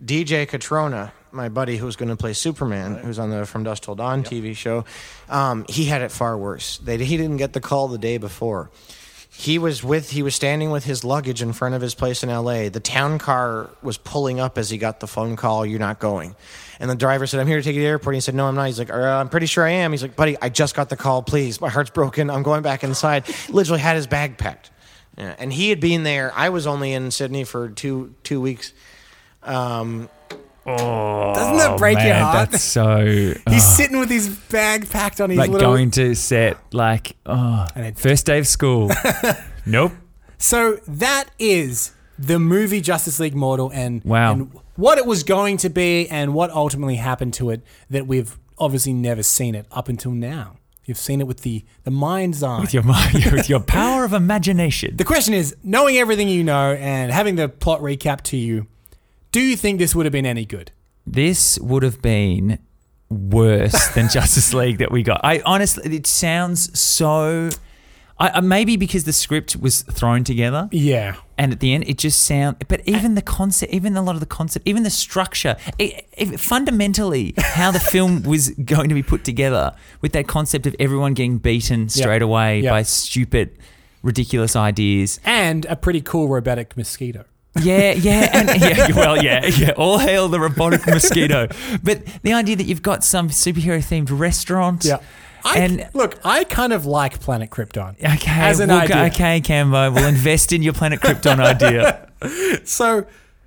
Speaker 1: DJ Catrona, my buddy who was going to play Superman, who's on the From Dust Till Dawn TV show, um, he had it far worse. They, he didn't get the call the day before. He was with he was standing with his luggage in front of his place in LA. The town car was pulling up as he got the phone call, you're not going. And the driver said, I'm here to take you to the airport. And he said, No, I'm not. He's like, uh, I'm pretty sure I am. He's like, Buddy, I just got the call, please. My heart's broken. I'm going back inside. Literally had his bag packed. Yeah, and he had been there. I was only in Sydney for two two weeks. Um,
Speaker 3: Oh,
Speaker 2: Doesn't that break your
Speaker 3: man,
Speaker 2: heart?
Speaker 3: That's so.
Speaker 2: He's
Speaker 3: oh.
Speaker 2: sitting with his bag packed on his
Speaker 3: like
Speaker 2: little.
Speaker 3: going to set like oh first day of school. nope.
Speaker 2: So that is the movie Justice League Mortal and
Speaker 3: Wow.
Speaker 2: and what it was going to be and what ultimately happened to it that we've obviously never seen it up until now. You've seen it with the, the mind's eye.
Speaker 3: With your mind, with your power of imagination.
Speaker 2: The question is, knowing everything you know and having the plot recap to you, do you think this would have been any good?
Speaker 3: This would have been worse than Justice League that we got. I honestly, it sounds so. I, I- maybe because the script was thrown together.
Speaker 2: Yeah.
Speaker 3: And at the end, it just sound. But even the concept, even a lot of the concept, even the structure, it, it, fundamentally, how the film was going to be put together with that concept of everyone getting beaten straight away
Speaker 2: Yep.
Speaker 3: by stupid, ridiculous ideas.
Speaker 2: And a pretty cool robotic mosquito.
Speaker 3: Yeah, yeah, and yeah, well, yeah, yeah. All hail the robotic mosquito. But the idea that you've got some superhero themed restaurant. Yeah.
Speaker 2: I,
Speaker 3: and
Speaker 2: look, I kind of like Planet Krypton.
Speaker 3: okay,
Speaker 2: as an
Speaker 3: we'll go-
Speaker 2: idea.
Speaker 3: okay, Cambo, we'll invest in your Planet Krypton idea.
Speaker 2: So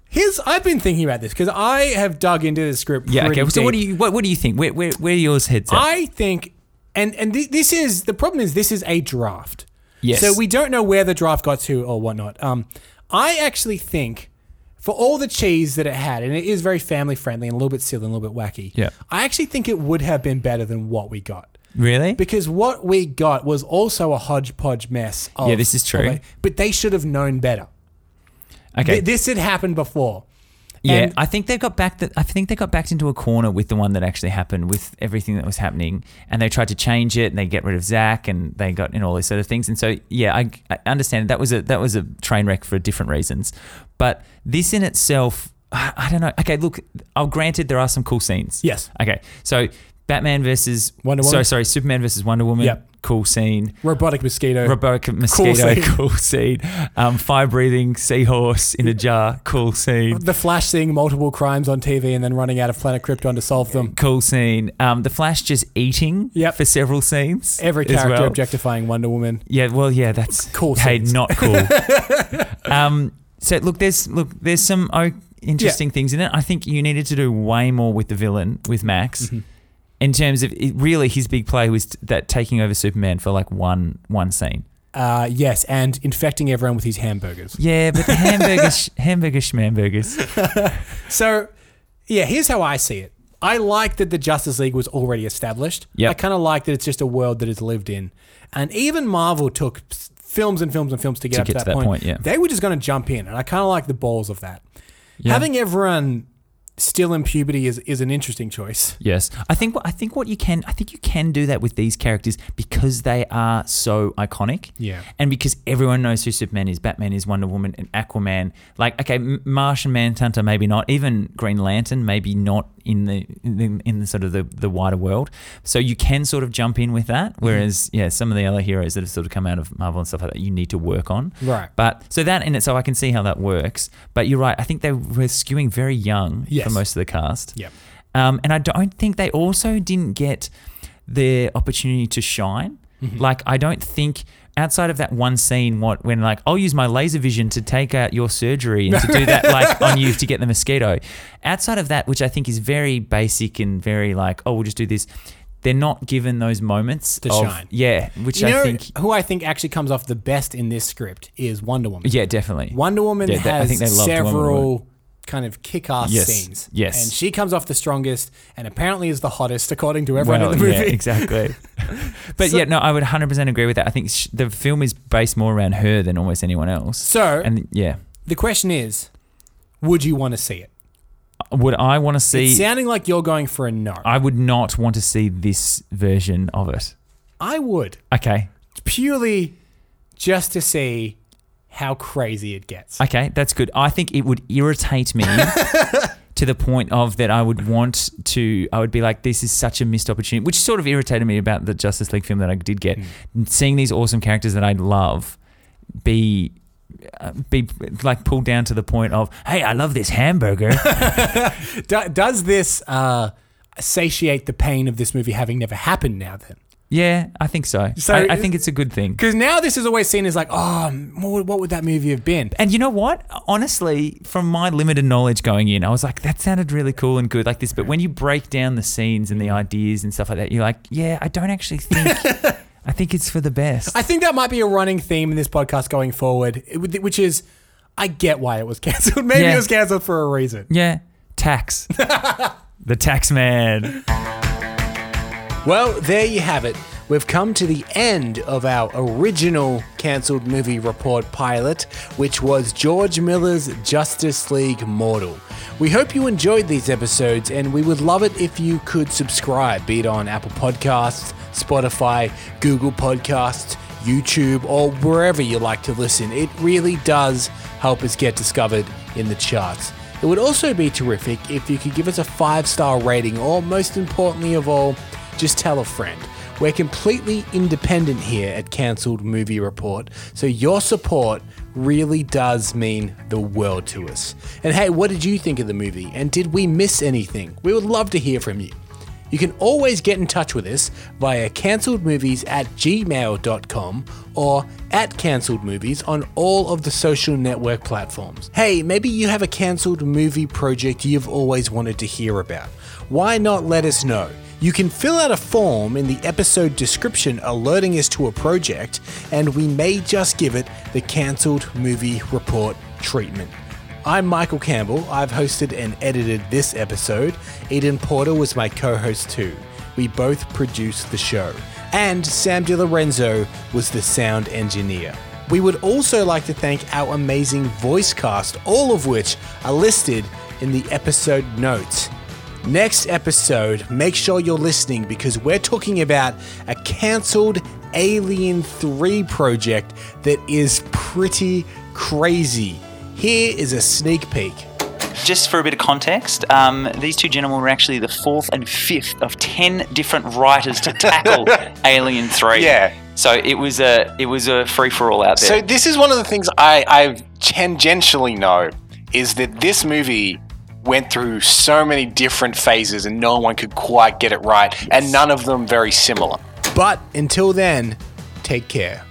Speaker 2: here's I've been thinking about this because I have dug into the script.
Speaker 3: Yeah.
Speaker 2: pretty
Speaker 3: Okay. So what do
Speaker 2: deep.
Speaker 3: you what, what do you think? Where where where are yours heads at?
Speaker 2: I think, and and thi- this is the problem is this is a draft.
Speaker 3: Yes.
Speaker 2: So we don't know where the draft got to or whatnot. Um, I actually think, for all the cheese that it had, and it is very family friendly and a little bit silly and a little bit wacky.
Speaker 3: Yeah.
Speaker 2: I actually think it would have been better than what we got.
Speaker 3: Really?
Speaker 2: Because what we got was also a hodgepodge mess. Of,
Speaker 3: Yeah, this is true.
Speaker 2: of a- but they should have known better.
Speaker 3: Okay.
Speaker 2: Th- this had happened before.
Speaker 3: yeah,
Speaker 2: and-
Speaker 3: I think they got back. The, I think they got backed into a corner with the one that actually happened, with everything that was happening, and they tried to change it, and they get rid of Zach, and they got in all these sort of things. And so, yeah, I, I understand that was a that was a train wreck for different reasons, but this in itself, I, I don't know. Okay, look, I'll granted there are some cool scenes.
Speaker 2: Yes.
Speaker 3: Okay, so Batman versus
Speaker 2: Wonder Woman.
Speaker 3: Sorry, sorry, Superman versus Wonder Woman.
Speaker 2: Yep.
Speaker 3: Cool scene.
Speaker 2: Robotic mosquito.
Speaker 3: Robotic mosquito,
Speaker 2: scene.
Speaker 3: cool scene. Um, fire breathing seahorse in a jar, cool scene.
Speaker 2: The Flash seeing multiple crimes on TV and then running out of Planet Krypton to solve them.
Speaker 3: cool scene. Um, the Flash just eating for several scenes.
Speaker 2: Every
Speaker 3: as
Speaker 2: character
Speaker 3: well.
Speaker 2: objectifying Wonder Woman.
Speaker 3: Yeah, well, yeah, that's
Speaker 2: Cool
Speaker 3: Hey,
Speaker 2: scenes.
Speaker 3: not cool. um, so look, there's look, there's some oh, interesting things in it. I think you needed to do way more with the villain with Max.
Speaker 2: Mm-hmm.
Speaker 3: In terms of it, really, his big play was t- that taking over Superman for like one one scene.
Speaker 2: Uh, yes, and infecting everyone with his hamburgers.
Speaker 3: Yeah, but the hamburgers, hamburger schmamburgers.
Speaker 2: So, yeah, here's how I see it. I like that the Justice League was already established.
Speaker 3: Yep.
Speaker 2: I kind of like that it's just a world that it's lived in. And even Marvel took s- films and films and films to get
Speaker 3: To
Speaker 2: up
Speaker 3: get
Speaker 2: to that,
Speaker 3: to that point, yeah.
Speaker 2: They were just going to jump in, and I kind of like the balls of that.
Speaker 3: Yeah.
Speaker 2: Having everyone still in puberty is, is an interesting choice.
Speaker 3: Yes, I think what- I think what you can I think you can do that with these characters because they are so iconic.
Speaker 2: Yeah.
Speaker 3: and because everyone knows who Superman is, Batman is, Wonder Woman, and Aquaman. Like, okay, M- Martian Manhunter, maybe not. Even Green Lantern, maybe not in the in the, in the sort of the, the wider world. So you can sort of jump in with that.
Speaker 2: Mm-hmm.
Speaker 3: Whereas, yeah, some of the other heroes that have sort of come out of Marvel and stuff like that, you need to work on.
Speaker 2: Right.
Speaker 3: But so that in itself, I can see how that works. But you're right. I think they were skewing very young
Speaker 2: Yes.
Speaker 3: for most of the cast.
Speaker 2: Yep.
Speaker 3: Um, and I don't think they also didn't get the opportunity to shine.
Speaker 2: Mhm.
Speaker 3: Like I don't think outside of that one scene, what when like I'll use my laser vision to take out your surgery and to do that like on you to get the mosquito. Outside of that, which I think is very basic and very like oh we'll just do this. They're not given those moments
Speaker 2: To
Speaker 3: of-
Speaker 2: shine.
Speaker 3: Yeah, which
Speaker 2: you
Speaker 3: I
Speaker 2: know
Speaker 3: think
Speaker 2: who I think actually comes off the best in this script is Wonder Woman.
Speaker 3: yeah definitely.
Speaker 2: Wonder Woman
Speaker 3: Yeah, they- I
Speaker 2: has
Speaker 3: think they loved Wonder Woman.
Speaker 2: several kind of kick-ass
Speaker 3: Yes,
Speaker 2: scenes.
Speaker 3: yes.
Speaker 2: and she comes off the strongest, and apparently is the hottest according to everyone in the movie.
Speaker 3: Yeah, exactly. but yeah, no, I would 100% agree with that. I think sh- the film is based more around her than almost anyone else.
Speaker 2: So-
Speaker 3: and yeah,
Speaker 2: The question is, would you want to see it?
Speaker 3: would I want to see?
Speaker 2: it's sounding like you're going for a no.
Speaker 3: I would not want to see this version of it.
Speaker 2: I would
Speaker 3: Okay,
Speaker 2: purely just to see how crazy it gets.
Speaker 3: okay, that's good. I think it would irritate me to the point of that I would want to, I would be like, this is such a missed opportunity, which sort of irritated me about the Justice League film that I did get. Seeing these awesome characters that I love be. uh, Be like pulled down to the point of, hey, I love this hamburger.
Speaker 2: Do, does this uh, satiate the pain of this movie having never happened now then?
Speaker 3: yeah, I think so.
Speaker 2: So-
Speaker 3: I, I think it's a good thing.
Speaker 2: Because now this is always seen as like, oh, what would, what would that movie have been?
Speaker 3: And you know what? Honestly, from my limited knowledge going in, I was like, that sounded really cool and good like this. But when you break down the scenes and the ideas and stuff like that, you're like, yeah, I don't actually think. I think it's for the best.
Speaker 2: I think that might be a running theme in this podcast going forward, it would- which is, I get why it was cancelled. Maybe
Speaker 3: Yeah.
Speaker 2: it was cancelled for a reason.
Speaker 3: Yeah. Tax. the tax man.
Speaker 2: Well, there you have it. We've come to the end of our original cancelled movie report pilot, which was George Miller's Justice League Mortal. We hope you enjoyed these episodes, and we would love it if you could subscribe, be it on Apple Podcasts, Spotify, Google Podcasts, YouTube, or wherever you like to listen. It really does help us get discovered in the charts. It would also be terrific if you could give us a five star rating, or most importantly of all, just tell a friend. We're completely independent here at Cancelled Movie Report, so your support really does mean the world to us. And hey, what did you think of the movie? And did we miss anything? We would love to hear from you. You can always get in touch with us via cancelledmovies at gmail.com or at cancelled movies on all of the social network platforms. Hey, maybe you have a cancelled movie project you've always wanted to hear about. Why not let us know? You can fill out a form in the episode description alerting us to a project, and we may just give it the cancelled movie report treatment. I'm Michael Campbell. I've hosted and edited this episode. Eden Porter was my co host too. We both produced the show. And Sam DiLorenzo was the sound engineer. We would also like to thank our amazing voice cast, all of which are listed in the episode notes. Next episode, make sure you're listening because we're talking about a cancelled Alien 3 project that is pretty crazy. Here is a sneak peek.
Speaker 15: Just for a bit of context, um, these two gentlemen were actually the fourth and fifth of ten different writers to tackle Alien Three.
Speaker 4: Yeah.
Speaker 15: So it was a it was a free for all out there.
Speaker 4: So this is one of the things I, I tangentially know is that this movie went through so many different phases and no one could quite get it right, and none of them very similar.
Speaker 2: But until then, take care.